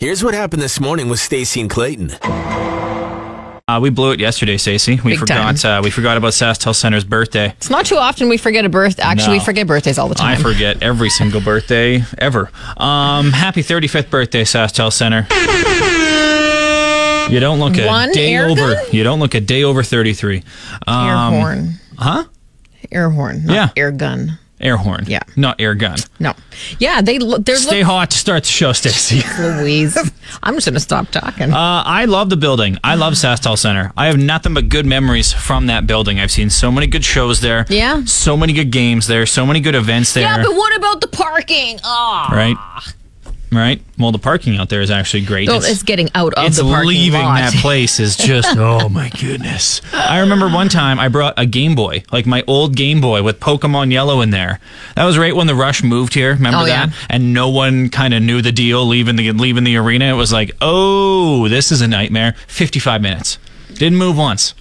Here's what happened this morning with Stacy and Clayton. Uh, we blew it yesterday, Stacey. We Big forgot. Uh, we forgot about Sastel Center's birthday. It's not too often we forget a birth. Actually, No. we forget birthdays all the I time. forget every single birthday ever. Um, happy 35th birthday, Sastel Center. You don't look a One day air over. gun? You don't look a day over 33. air Um, horn. Huh? Air horn. Not Yeah. Air gun. Air horn. Yeah. Not air gun. No. Yeah, they lo- they're Stay hot to start the show, Stacey. Uh, looking Louise. I'm just gonna stop talking. I love the building. I love Sastel Center. I have nothing but good memories from that building. I've seen so many good shows there. Yeah. So many good games there. So many good events there. yeah, but what about the parking? Ah, right? Right. Well, the parking out there is actually great. Well, it's, getting out of it's the parking leaving lot. that place is just oh my goodness. I remember one time I brought a Game Boy, like my old Game Boy with Pokemon Yellow in there. That was right when the Rush moved here. Remember Oh, yeah. that? And no one kind of knew the deal leaving the leaving the arena. It was like oh this is a nightmare. Fifty five minutes. Didn't move once.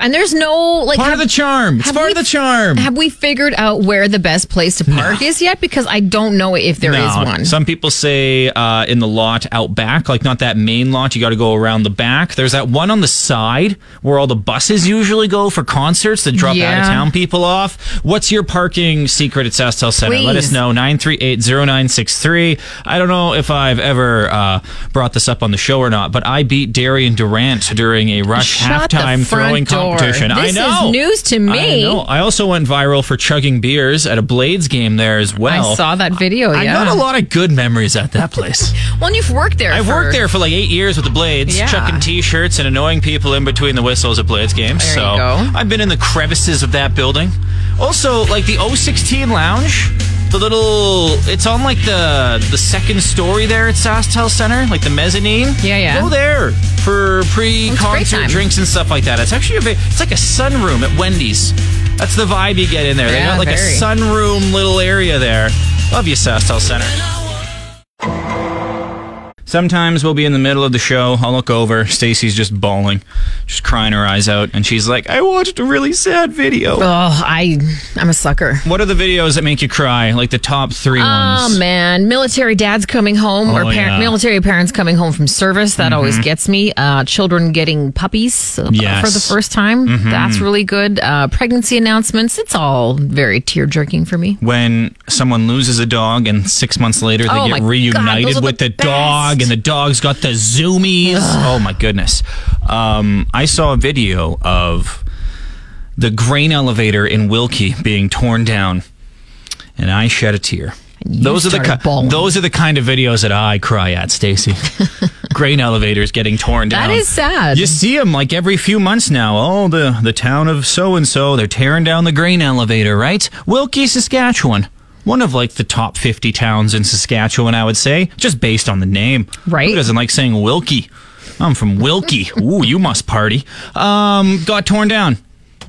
and there's no like Part of the charm. It's have part we- of the charm. Have we figured out where the best place to park is yet? Because I don't know if there is No, one. Some people say uh, in the lot out back, like not that main lot. You got to go around the back. There's that one on the side where all the buses usually go for concerts that drop out Yeah. of town people off. What's your parking secret at Sastel Center? Let us Please. know 9380963. I don't know if I've ever uh, brought this up on the show or not, but I beat Darian Durant during a rush Shut the halftime front throwing door. competition. I This is know news to I me. know. I also went viral for chugging beers at a Blades game there as well. I saw that video. I yeah. got a lot of good memories at that place. Well, and you've worked there. I've for- worked there for like eight years with the Blades, Yeah. chucking T-shirts and annoying people in between the whistles at Blades games. There you so go. I've been in the crevices of that building. Also, like the 016 Lounge, the little it's on like the the second story there at Sastel Center, like the mezzanine. Yeah, yeah. Go there for It's a great pre-concert time. drinks and stuff like that. It's actually a, ve- it's like a sunroom at Wendy's. That's the vibe you get in there. they Yeah, got like very. a sunroom little area there. Love you, Sastel Center. Sometimes we'll be in the middle of the show. I'll look over. Stacy's just bawling, just crying her eyes out, and she's like, "I watched a really sad video." Oh, I I'm a sucker. What are the videos that make you cry? Like the top three Oh ones. man, military dads coming home or Oh, par- yeah. Mm-hmm. military parents coming home from service. That always gets me. Uh, children getting puppies uh, Yes. Mm-hmm. for the first time. That's really good. Uh, pregnancy announcements. It's all very tear jerking for me. When someone loses a dog and six months later they Oh get my God, reunited those are with the, the dog best. and the dog's got the zoomies. Oh my goodness. Um, I saw a video of the grain elevator in Wilkie being torn down, and I shed a tear. Those are the started bawling. ki- those are the kind of videos that I cry at, Stacy. grain elevators getting torn down. That is sad. You see them like every few months now. Oh, the the town of so and so, they're tearing down the grain elevator, right? Wilkie, Saskatchewan. One of like the top 50 towns in Saskatchewan, I would say, just based on the name. Right. Who doesn't like saying Wilkie? I'm from Wilkie. Ooh, you must party. Um, got torn down.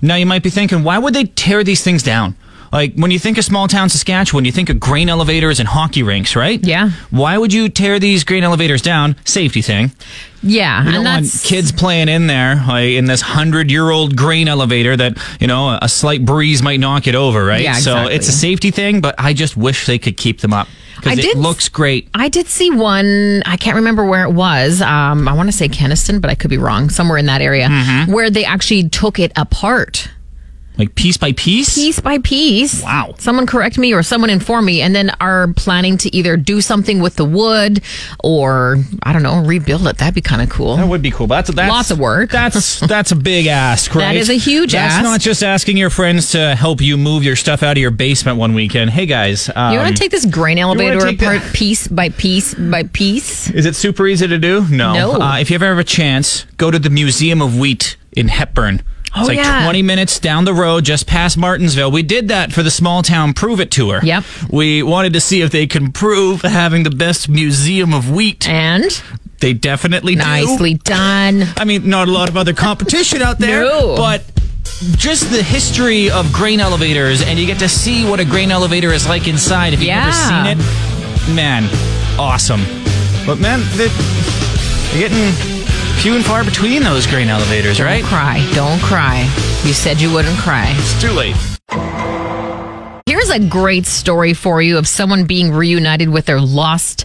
Now you might be thinking, why would they tear these things down? Like when you think of small town Saskatchewan, you think of grain elevators and hockey rinks, right? Yeah. Why would you tear these grain elevators down? Safety thing. yeah, You and don't want that's kids playing in there like, in this hundred-year-old grain elevator that you know a slight breeze might knock it over, right? Yeah, So exactly. it's a safety thing, but I just wish they could keep them up I because it did- looks great. I did see one. I can't remember where it was. Um, I want to say Keniston, but I could be wrong. Somewhere in that area Mm-hmm. where they actually took it apart. Like piece by piece. piece by piece. Wow. Someone correct me or someone inform me, and then are planning to either do something with the wood or, I don't know, rebuild it. That'd be kind of cool. That would be cool. But that's, that's Lots of work. That's that's a big ask, right? is a huge that's ask. not just asking your friends to help you move your stuff out of your basement one weekend. Hey guys, um, you want to take this grain elevator take the- apart piece by piece by piece? Is it super easy to do? No. No. Uh, if you ever have a chance, go to the Museum of Wheat in Hepburn. Oh, it's like yeah. 20 minutes down the road, just past Martinsville. We did that for the small town Prove It tour. Yep. We wanted to see if they can prove having the best museum of wheat. And they definitely do. nicely done. I mean, not a lot of other competition out there, No. but just the history of grain elevators, and you get to see what a grain elevator is like inside if you've Yeah. ever seen it. Man, awesome. But man, they're, they're getting few and far between those grain elevators, right? Don't cry. Don't cry. You said you wouldn't cry. It's too late. Here's is a great story for you of someone being reunited with their lost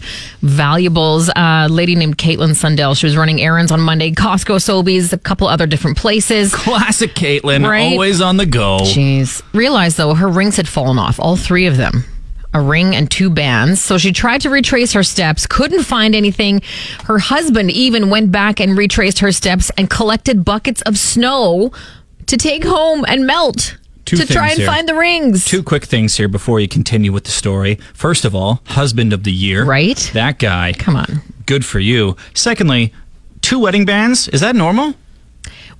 valuables. Uh, a lady named Caitlin Sundell. She was running errands on Monday, Costco, Sobeys, a couple other different places. Classic Caitlin, Right? always on the go. Jeez. Realized though her rings had fallen off, all three of them. A ring and two bands. So she tried to retrace her steps, couldn't find anything. Her husband even went back and retraced her steps and collected buckets of snow to take home and melt Two to try things and here. find the rings. Two quick things here before you continue with the story. First of all, husband of the year. Right? That guy. Come on. Good for you. Secondly, two wedding bands. Is that normal?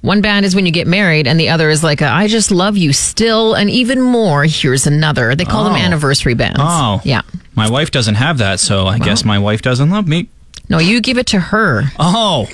One band is when you get married, and the other is like, a, I just love you still, and even more. Here's another. They call them Oh. anniversary bands. Oh. Yeah. My wife doesn't have that, so I guess my wife doesn't love me. No, you give it to her. Oh.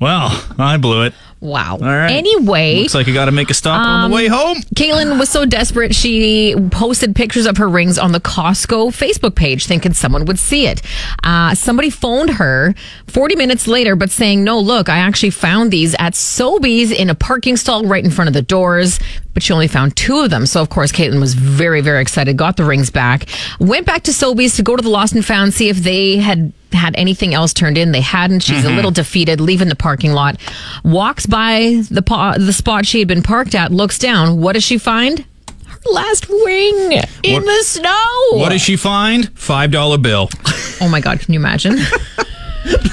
Well, I blew it. Wow. All right. Anyway, um, Looks like you got to make a stop on the way home. Caitlin was so desperate, she posted pictures of her rings on the Costco Facebook page, thinking someone would see it. Uh, somebody phoned her 40 minutes later, but saying, No, look, I actually found these at Sobeys in a parking stall right in front of the doors. But she only found two of them. So, of course, Caitlin was very, very excited, got the rings back, went back to Sobeys to go to the Lost and Found, see if they had had anything else turned in. They hadn't. She's Mm-hmm. a little defeated, leaving the parking lot. Walks by the pa- the spot she had been parked at, looks down. What does she find? Her last wing in What- the snow. What does she find? $5 bill. Oh my God, can you imagine?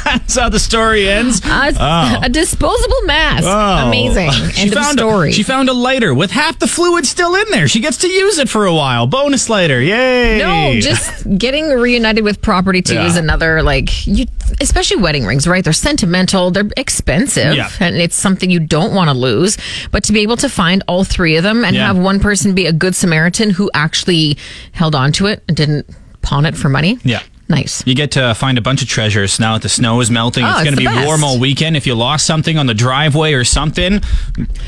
That's how the story ends. a, a disposable mask. Oh. Amazing. She End of found story. A, she found a lighter with half the fluid still in there. She gets to use it for a while. Bonus lighter. Yay. no, just getting reunited with property too Yeah. is another like you, especially wedding rings, right? They're sentimental, they're expensive, Yeah. and it's something you don't want to lose. But to be able to find all three of them and Yeah. have one person be a good Samaritan who actually held on to it and didn't pawn it for money, Yeah. nice. You get to find a bunch of treasures now that the snow is melting. Oh, it's it's going to the be best. warm all weekend. If you lost something on the driveway or something,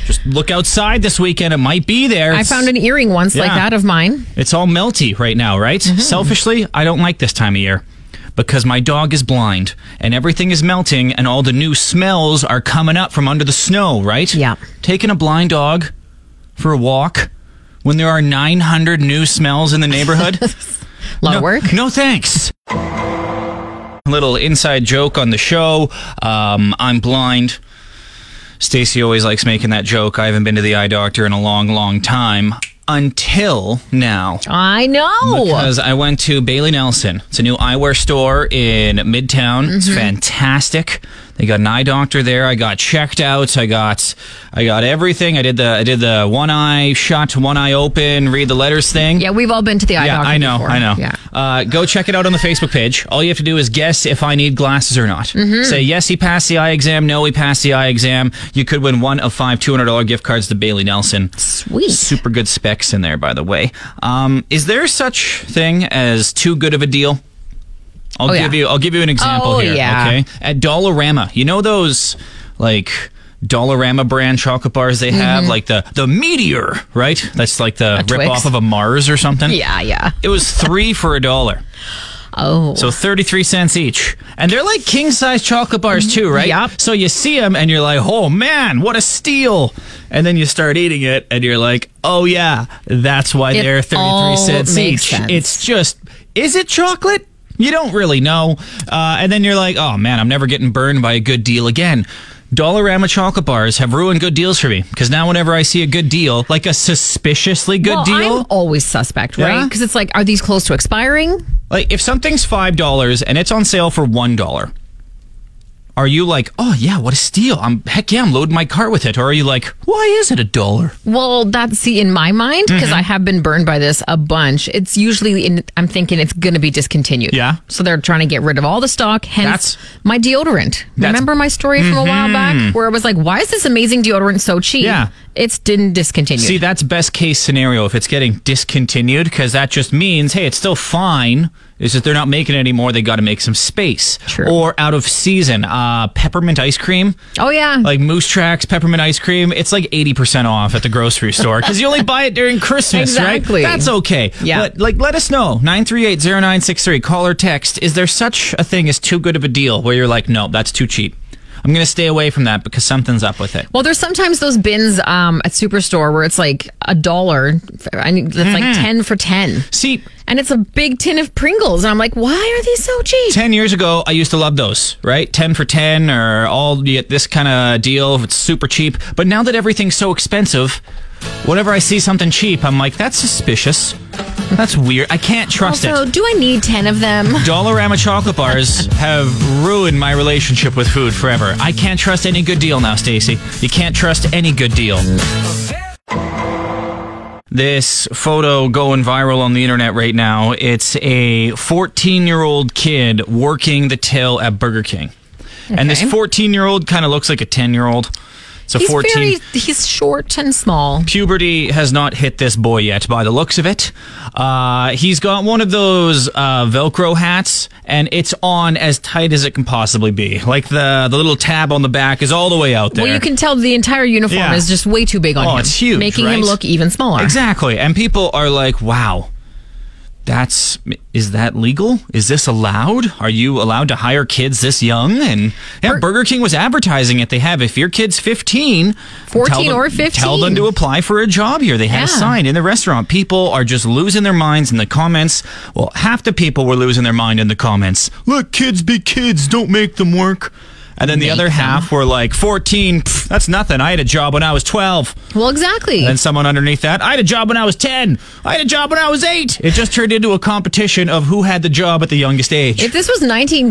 just look outside this weekend. It might be there. I found an earring once like Yeah. that of mine. It's all melty right now, right? Mm-hmm. Selfishly, I don't like this time of year because my dog is blind and everything is melting and all the new smells are coming up from under the snow, right? Yeah. Taking a blind dog for a walk when there are 900 new smells in the neighborhood. A lot no, of work. No thanks. Little inside joke on the show. Um, I'm blind. Stacy always likes making that joke. I haven't been to the eye doctor in a long, long time until now. I know. Because I went to Bailey Nelson. It's a new eyewear store in Midtown. It's Mm-hmm. fantastic. They got an eye doctor there. I got checked out. I got I got everything. I did the I did the one eye shut, one eye open, read the letters thing. yeah, we've all been to the eye Yeah, doctor I know, before. I know. Yeah. Uh, go check it out on the Facebook page. All you have to do is guess if I need glasses or not. Mm-hmm. Say yes, he passed the eye exam. No, he passed the eye exam. You could win one of five two hundred dollar gift cards to Bailey Nelson. Sweet. Super good specs in there, by the way. Um, is there such thing as too good of a deal? I'll Oh, give yeah. you. I'll give you an example Oh, here. yeah. Okay, at Dollarama, you know those like Dollarama brand chocolate bars they have, like the the meteor, right? That's like the Mm-hmm. A rip Twix. off of a Mars or something. Yeah, yeah. It was three for a dollar. Oh. So 33 cents each. And they're like king size chocolate bars too, right? Yup. So you see them and you're like, oh man, what a steal. And then you start eating it and you're like, oh yeah, that's why It they're 33 all cents makes each. sense. It's just, is it chocolate? You don't really know. Uh, and then you're like, oh man, I'm never getting burned by a good deal again. Dollarama chocolate bars have ruined good deals for me because now whenever I see a good deal, like a suspiciously good well, deal, I'm always suspect, right? Yeah? Because it's like, are these close to expiring? Like if something's five dollars and it's on sale for one dollar, are you like, oh yeah, what a steal? I'm heck yeah, I'm loading my cart with it. Or are you like, why is it a dollar? Well, that's see in my mind because Mm-hmm. I have been burned by this a bunch. It's usually in, I'm thinking it's going to be discontinued. Yeah. So they're trying to get rid of all the stock. That's- Hence Mm-hmm. my deodorant. Remember my story from a while back where I was like, "Why is this amazing deodorant so cheap?" Yeah. It's didn't discontinue. See, that's best case scenario if it's getting discontinued because that just means, hey, it's still fine. It's just they're not making it anymore. They got to make some space. True. Or out of season, uh, peppermint ice cream. oh yeah. Like Moose Tracks peppermint ice cream, it's like 80% off at the grocery store because you only buy it during Christmas, Exactly. right? That's okay. Yeah. But, like, let us know 9380963. Call or text. Is there such a thing as too good of a deal where you're like, no, that's too cheap? I'm going to stay away from that because something's up with it. Well, there's sometimes those bins um, at Superstore where it's like a dollar. I mean, that's Mm-hmm. like 10 for 10. See, And it's a big tin of Pringles. And I'm like, why are these so cheap? 10 years ago, I used to love those, right? 10 for 10 or all you get this kind of deal. It's super cheap. But now that everything's so expensive, whenever I see something cheap, I'm like, that's suspicious. That's weird. I can't trust also, it. do I need 10 of them? Dollarama chocolate bars have ruined my relationship with food forever. I can't trust any good deal now, Stacy. You can't trust any good deal. This photo going viral on the internet right now. It's a 14-year-old kid working the till at Burger King. And this Okay. 14-year-old kind of looks like a 10-year-old. So He's 14 very, he's short and small. puberty has not hit this boy yet by the looks of it uh, he's got one of those uh, velcro hats and it's on as tight as it can possibly be like the the little tab on the back is all the way out there Well, you can tell the entire uniform Yeah. is just way too big on Oh, him. it's huge, Making him right? look even smaller. exactly and people are like wow that's is that legal is this allowed are you allowed to hire kids this young and yeah burger king was advertising it they have if your kid's 15 tell 14 them- or tell them 15. to apply for a job here they had a Yeah. sign in the restaurant people are just losing their minds in the comments well half the people were losing their mind in the comments look kids be kids don't make them work and then the Make other them. half were like 14 pff, that's nothing i had a job when i was 12 Well, exactly. and someone underneath that, I had a job when I was 10. I had a job when I was 8. It just turned into a competition of who had the job at the youngest age. If this was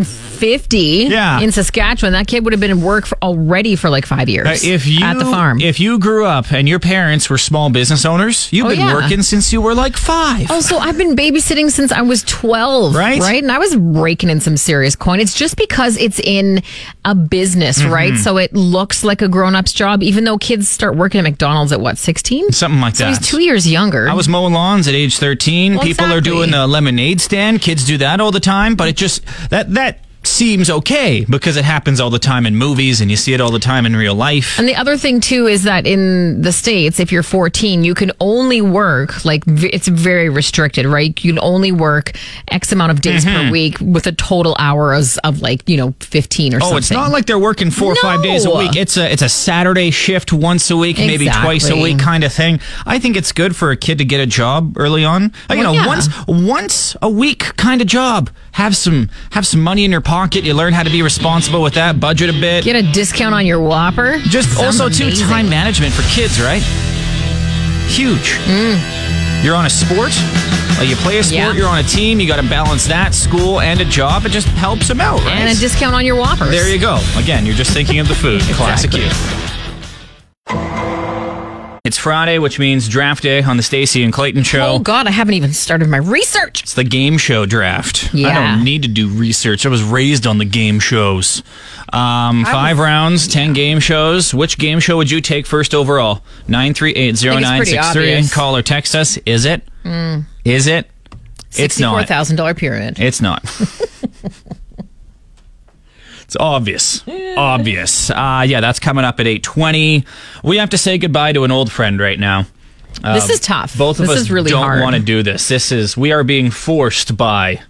1950 Yeah. in Saskatchewan, that kid would have been in work for already for like five years Uh, if you at the farm. if you grew up and your parents were small business owners, you've Oh, been yeah. Oh, working since you were like 5. also, I've been babysitting since I was 12, Right? Right? And I was raking in some serious coin. It's just because it's in a business, Mm-hmm. right? So it looks like a grown up's job, even though kids start working at McDonald's at what, 16? Something like so that. he's two years younger. I was mowing lawns at age 13. Well, People exactly. are doing the lemonade stand. Kids do that all the time, but it just that that seems okay because it happens all the time in movies and you see it all the time in real life. And the other thing too is that in the states, if you're 14, you can only work like v- it's very restricted, right? You can only work X amount of days Mm-hmm. per week with a total hours of like you know 15 or something. Oh, it's not like they're working four or five days a No. week. It's a it's a Saturday shift once a week, maybe twice a Exactly. week kind of thing. I think it's good for a kid to get a job early on. Uh, you Well, know, yeah. once once a week kind of job. Have some have some money in your pocket. You learn how to be responsible with that. Budget a bit. get a discount on your Whopper. Just Sounds also too amazing. time management for kids, right? Huge. You're on a sport. uh, you play a sport. Mm. Yeah. You're on a team. You got to balance that school and a job. It just helps them out, right? and a discount on your Whoppers. There you go. Again, you're just thinking of the food. Classic you. It's Friday, which means draft day on the Stacy and Clayton show. Oh God, I haven't even started my research. It's the game show draft. I Yeah. don't need to do research. I was raised on the game shows. Um, five rounds, ten game shows. Which game show would you take first overall? Nine three eight zero nine six three. obvious. Mm. Call or text us. Is it? Is it? It's Sixty-four not. thousand dollar pyramid. It's not. it's obvious. obvious. Uh, yeah, that's coming up at 8.20. We have to say goodbye to an old friend right now. this is tough. um, Both of this us is really don't hard. want to do this. This is, we are being forced by,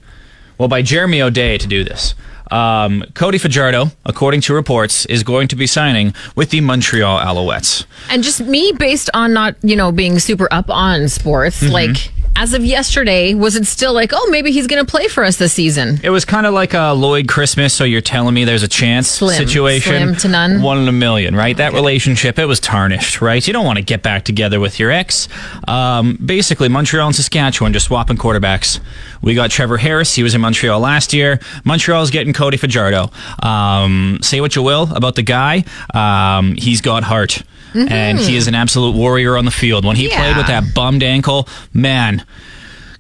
well, by Jeremy O'Day to do this. Um, Cody Fajardo, according to reports, is going to be signing with the Montreal Alouettes. And just me based on not, you know, being super up on sports, Mm-hmm. like as of yesterday, was it still like, oh, maybe he's going to play for us this season? It was kind of like a Lloyd Christmas, so you're telling me there's a chance Slim. situation. Slim to none. One in a million, right? That relationship, it was tarnished, right? You don't want to get back together with your ex. Um, basically, Montreal and Saskatchewan just swapping quarterbacks. We got Trevor Harris. He was in Montreal last year. Montreal's getting Cody Fajardo. Um, say what you will about the guy. Um, he's got heart. And he is an absolute warrior on the field. When he Mm-hmm. Yeah. played with that bummed ankle, man,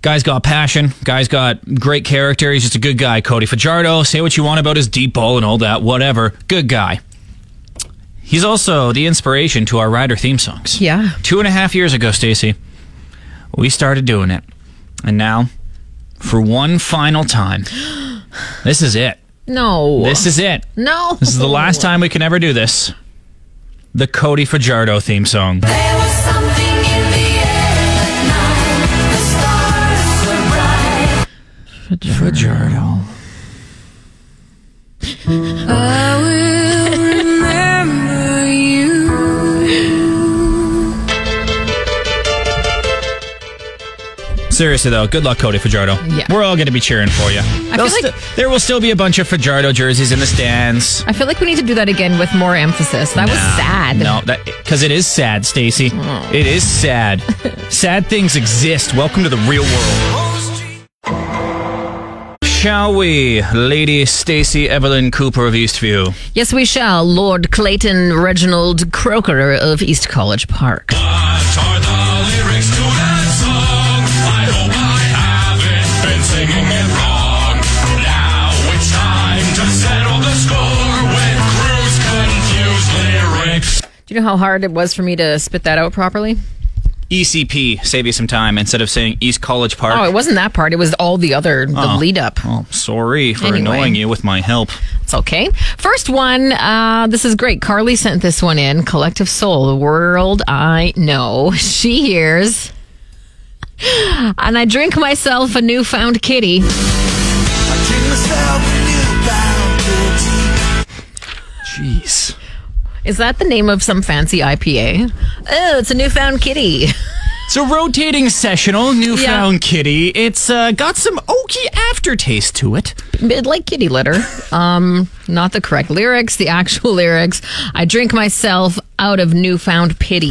Guy's got passion. Guy's got great character. He's just a good guy. Cody Fajardo, say what you want about his deep ball and all that, whatever. Good guy. He's also the inspiration to our Rider theme songs. Yeah. Two and a half years ago, Stacy, we started doing it. And now, for one final time, this is it. No. This is it. no. This is the last time we can ever do this. The Cody Fajardo theme song. There was something in the air that night. The stars were bright. Fajardo. I will Seriously though, good luck, Cody Fajardo. Yeah. We're all going to be cheering for you. There'll feel like- sti- there will still be a bunch of Fajardo jerseys in the stands. I feel like we need to do that again with more emphasis. That was sad. No, that because it is sad, Stacy. It is sad. sad things exist. Welcome to the real world. Shall we, Lady Stacy Evelyn Cooper of Eastview? Yes, we shall. Lord Clayton Reginald Croker of East College Park. Do you know how hard it was for me to spit that out properly? ECP, E save you some time instead of saying East College Park. Oh, it wasn't that part. It was all the other, the Oh. lead up. Oh, sorry for Anyway. annoying you with my help. It's okay. First one, uh, this is great. Carly sent this one in. Collective Soul, the world I know. She hears. And I drink myself a newfound kitty. Jeez. Is that the name of some fancy IPA? Oh, it's a newfound kitty. It's a rotating sessional, newfound kitty. It's uh, got some oaky aftertaste to it. It like kitty litter. Um, not the correct lyrics, the actual lyrics. I drink myself out of newfound pity.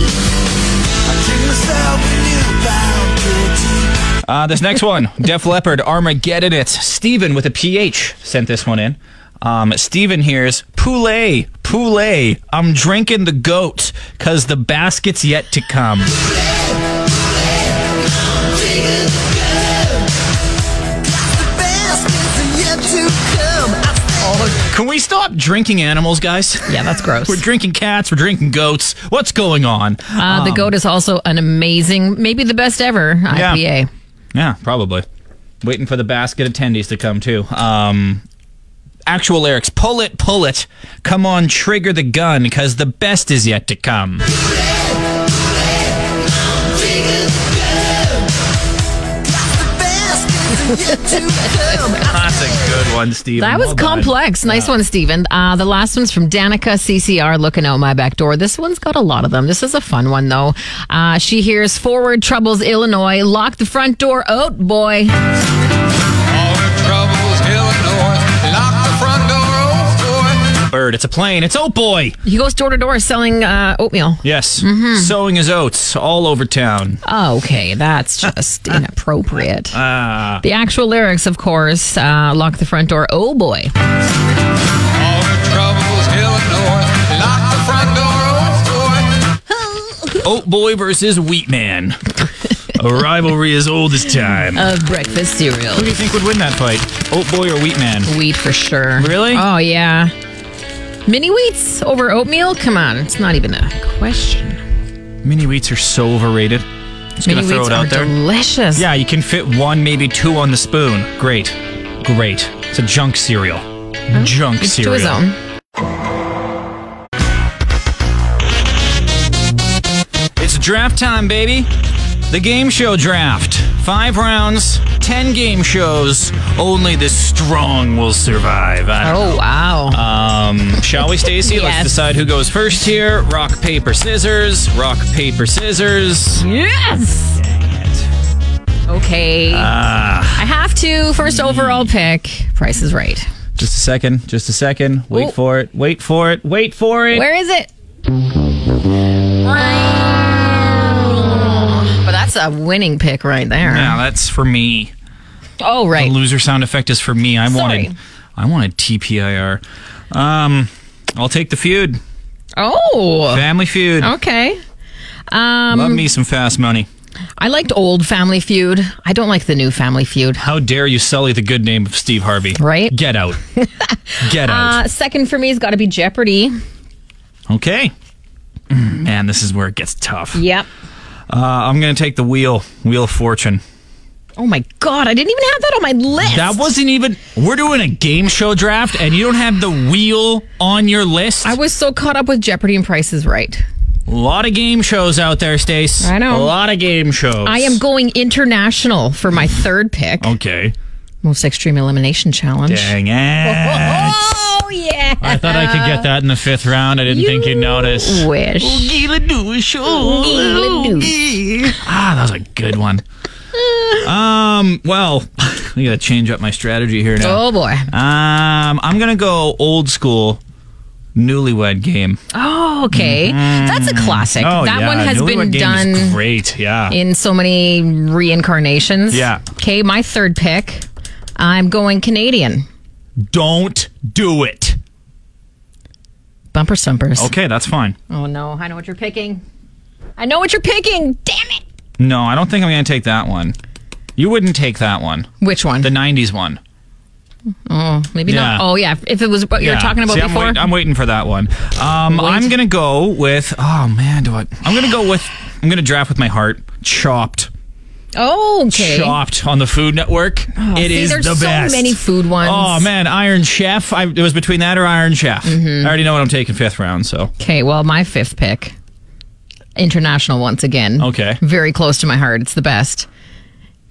Uh, this next one, Def Leppard, Armageddon It. Steven with a PH sent this one in. Um, Steven hears, Poulet, Poulet, I'm drinking the goat, cause the basket's yet to come. Can we stop drinking animals, guys? Yeah, that's gross. We're drinking cats, we're drinking goats. What's going on? Um, Uh, the goat is also an amazing, maybe the best ever Yeah. IPA. Yeah, probably. Waiting for the basket attendees to come too. Um, actual lyrics: Pull it, pull it. Come on, trigger the gun, cause the best is yet to come. That's a good one, Steve. That was complex. Nice one, Steven. Uh, the last one's from Danica CCR looking out my back door. This one's got a lot of them. This is a fun one, though. Uh, she hears Forward Troubles, Illinois. Lock the front door out, boy. Bird, it's a plane. It's Oat Boy. He goes door to door selling uh, oatmeal. Yes, Mm-hmm. sowing his oats all over town. Oh, Okay, that's just inappropriate. the actual lyrics, of course, uh, lock the front door. Oh boy. Oat Boy versus Wheat Man. a rivalry as old as time. Of breakfast cereal. Who do you think would win that fight, Oat Boy or Wheat Man? Wheat for sure. Really? Oh, yeah. Mini wheats over oatmeal? Come on, it's not even a question. Mini wheats are so overrated. Just Mini gonna throw wheats it are out there. delicious. Yeah, you can fit one, maybe two on the spoon. Great. Great. It's a junk cereal. Oh, Junk Each cereal. to his own. It's draft time, baby. The game show draft. Five rounds, ten game shows. Only the strong will survive. I don't Oh, wow. Um, shall we, Stacy? Let's Yes. decide who goes first here. Rock, paper, scissors. Rock, paper, scissors. yes! Okay. Ah. I have to. First overall pick. Price is right. Just a second. Just a second. Wait Oh. for it. Wait for it. Wait for it. Where is it? But that's a winning pick right there. Yeah, that's for me. Oh, right. The loser sound effect is for me. I Sorry. wanted, I wanted TPIR. Um, I'll take the feud. Oh, Family feud. okay. Um, Love me some fast money. I liked old Family Feud. I don't like the new Family Feud. How dare you sully the good name of Steve Harvey? Right? Get out. Get out. Uh, second for me has got to be Jeopardy. okay. Mm, Man, this is where it gets tough. Yep. Uh, I'm gonna take the wheel. Wheel of fortune. Oh my God, I didn't even have that on my list. That wasn't even. We're doing a game show draft, and you don't have the wheel on your list. I was so caught up with Jeopardy and Price is Right. A lot of game shows out there, Stace. I know. A lot of game shows. I am going international for my third pick. Okay. Most Extreme Elimination Challenge. Oh. Dang it. Oh, yeah. I thought I could get that in the fifth round. I didn't think you'd notice. Wish. Ah, that was a good one. Um, well, I gotta change up my strategy here now. Oh, boy. Um, I'm gonna go old school, newlywed game. Oh, okay. That's a classic. that Mm-hmm. Oh, yeah, one has newlywed been game is done Great, yeah. in so many reincarnations. Yeah. Okay, my third pick. I'm going Canadian. Don't do it. Bumper stumpers. Okay, that's fine. Oh no, I know what you're picking. I know what you're picking. Damn it. No, I don't think I'm gonna take that one. You wouldn't take that one. Which one? The '90s one. Maybe Yeah. not. Oh yeah, if it was what you were Yeah. talking about See, before. I'm, wait- I'm waiting for that one. Um, I'm gonna go with. Oh man, do I? I'm gonna go with. I'm gonna draft with my heart. Chopped. oh, okay. Oh, Chopped on the Food Network. It see, is there's the so best. many food ones. Oh man, Iron Chef. I, it was between that or Iron Chef. Mm-hmm. I already know what I'm taking fifth round. So Okay, well, my fifth pick. International once again. Okay. Very close to my heart. It's the best.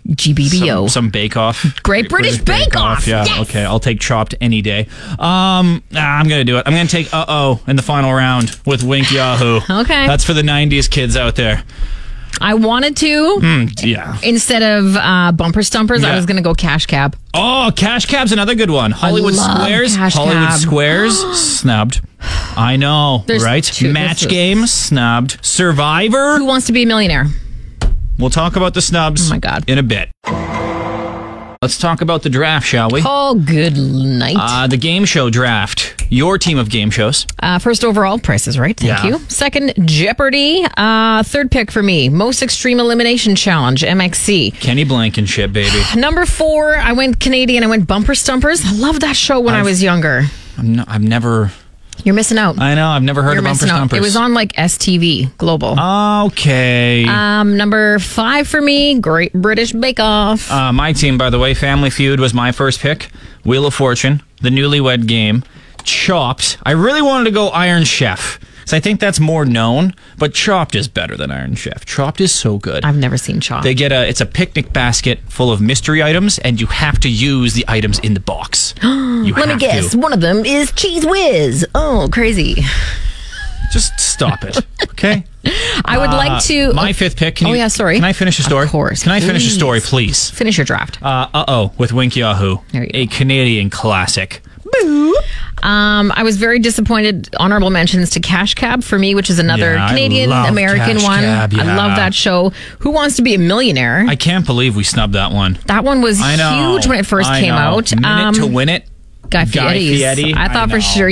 GBBO. some, some Bake Off. Great British Bake Off. Yeah. Yes. Okay. I'll take Chopped any day. Um, ah, I'm gonna do it. I'm gonna take Uh Oh in the final round with Wink Yahoo. Okay. That's for the '90s kids out there. I wanted to Yeah. instead of uh, bumper stumpers. I Hmm. Yeah. was going to go cash cab. Oh, Cash Cab's another good one. Hollywood love Squares. Cash Hollywood Cab. Squares snubbed. I know, There's right? two- Match this is- game snubbed. Who Survivor. wants to be a millionaire? We'll talk about the snubs. Oh my God. In a bit. Let's talk about the draft, shall we? Oh, good night. Uh, the game show draft. Your team of game shows. Uh, first overall, Price is Right. Thank Yeah. you. Second, Jeopardy. Uh, third pick for me, Most Extreme Elimination Challenge, MXC. Kenny Blankenship, baby. Number four, I went Canadian. I went Bumper Stumpers. I loved that show when i I've- was younger. I'm no, I've never. You're missing out. I know. I've never heard You're of Bumper missing out. Stumpers. Oh. It was on like STV Global. Okay. um, number five for me, Great British Bake Off. Uh, my team, by the way, Family Feud was my first pick. Wheel of Fortune, The Newlywed Game, Chopped. I really wanted to go Iron Chef because I think that's more known, but Chopped is better than Iron Chef. Chopped is so good. I've never seen Chop. they get a it's a picnic basket full of mystery items, and you have to use the items in the box. You Let me have guess. To. One of them is Cheese Whiz. Oh, crazy. Just stop it, okay? Uh, I would like to. my fifth pick. Can Oh, you, yeah, sorry. Can I finish a Of story? course, Can I finish a story, please? please. Finish your draft. Uh oh, with Wink Yahoo, There you a Canadian classic. Um, I was very disappointed. Honorable mentions to Cash Cab for me, which is another Yeah, I Canadian love American Cash one. Cab, I yeah. love that show. Who Wants to Be a Millionaire? I can't believe we snubbed that one. that one was I know. huge when it first I came know. out. Um, Minute to win it. Guy Guy Fieri's. Fieri, I I thought for know. sure.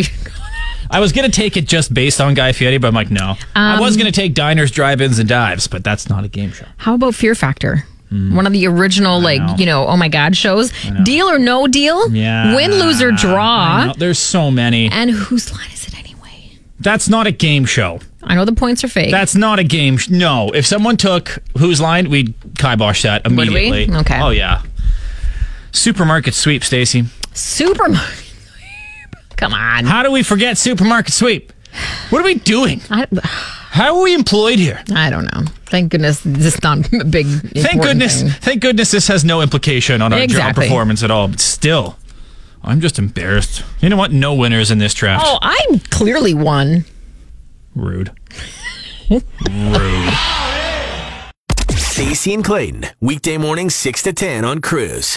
I was gonna take it just based on Guy Fieri, but I'm like, no. I Um, was gonna take diners, drive-ins, and dives, but that's not a game show. How about Fear Factor? One of the original, like Mm. know. you know, oh my god shows. Deal or no deal. Yeah. Win, lose or I draw. know. There's so many. And whose line is it anyway? That's not a game show. I know the points are fake. That's not a game. Sh- no. If someone took whose line, we'd kibosh that we? immediately. Okay. Oh yeah. Supermarket sweep, Stacy. Supermarket. Come on. How do we forget supermarket sweep? What are we doing? I, How are we employed here? I don't know. Thank goodness this is not a big. Thank important goodness. thing. Thank goodness this has no implication on our Exactly. job performance at all. But still, I'm just embarrassed. You know what? No winners in this draft. Oh, I clearly won. Rude. Stacey and Clayton, weekday morning 6 to 10 on Cruise.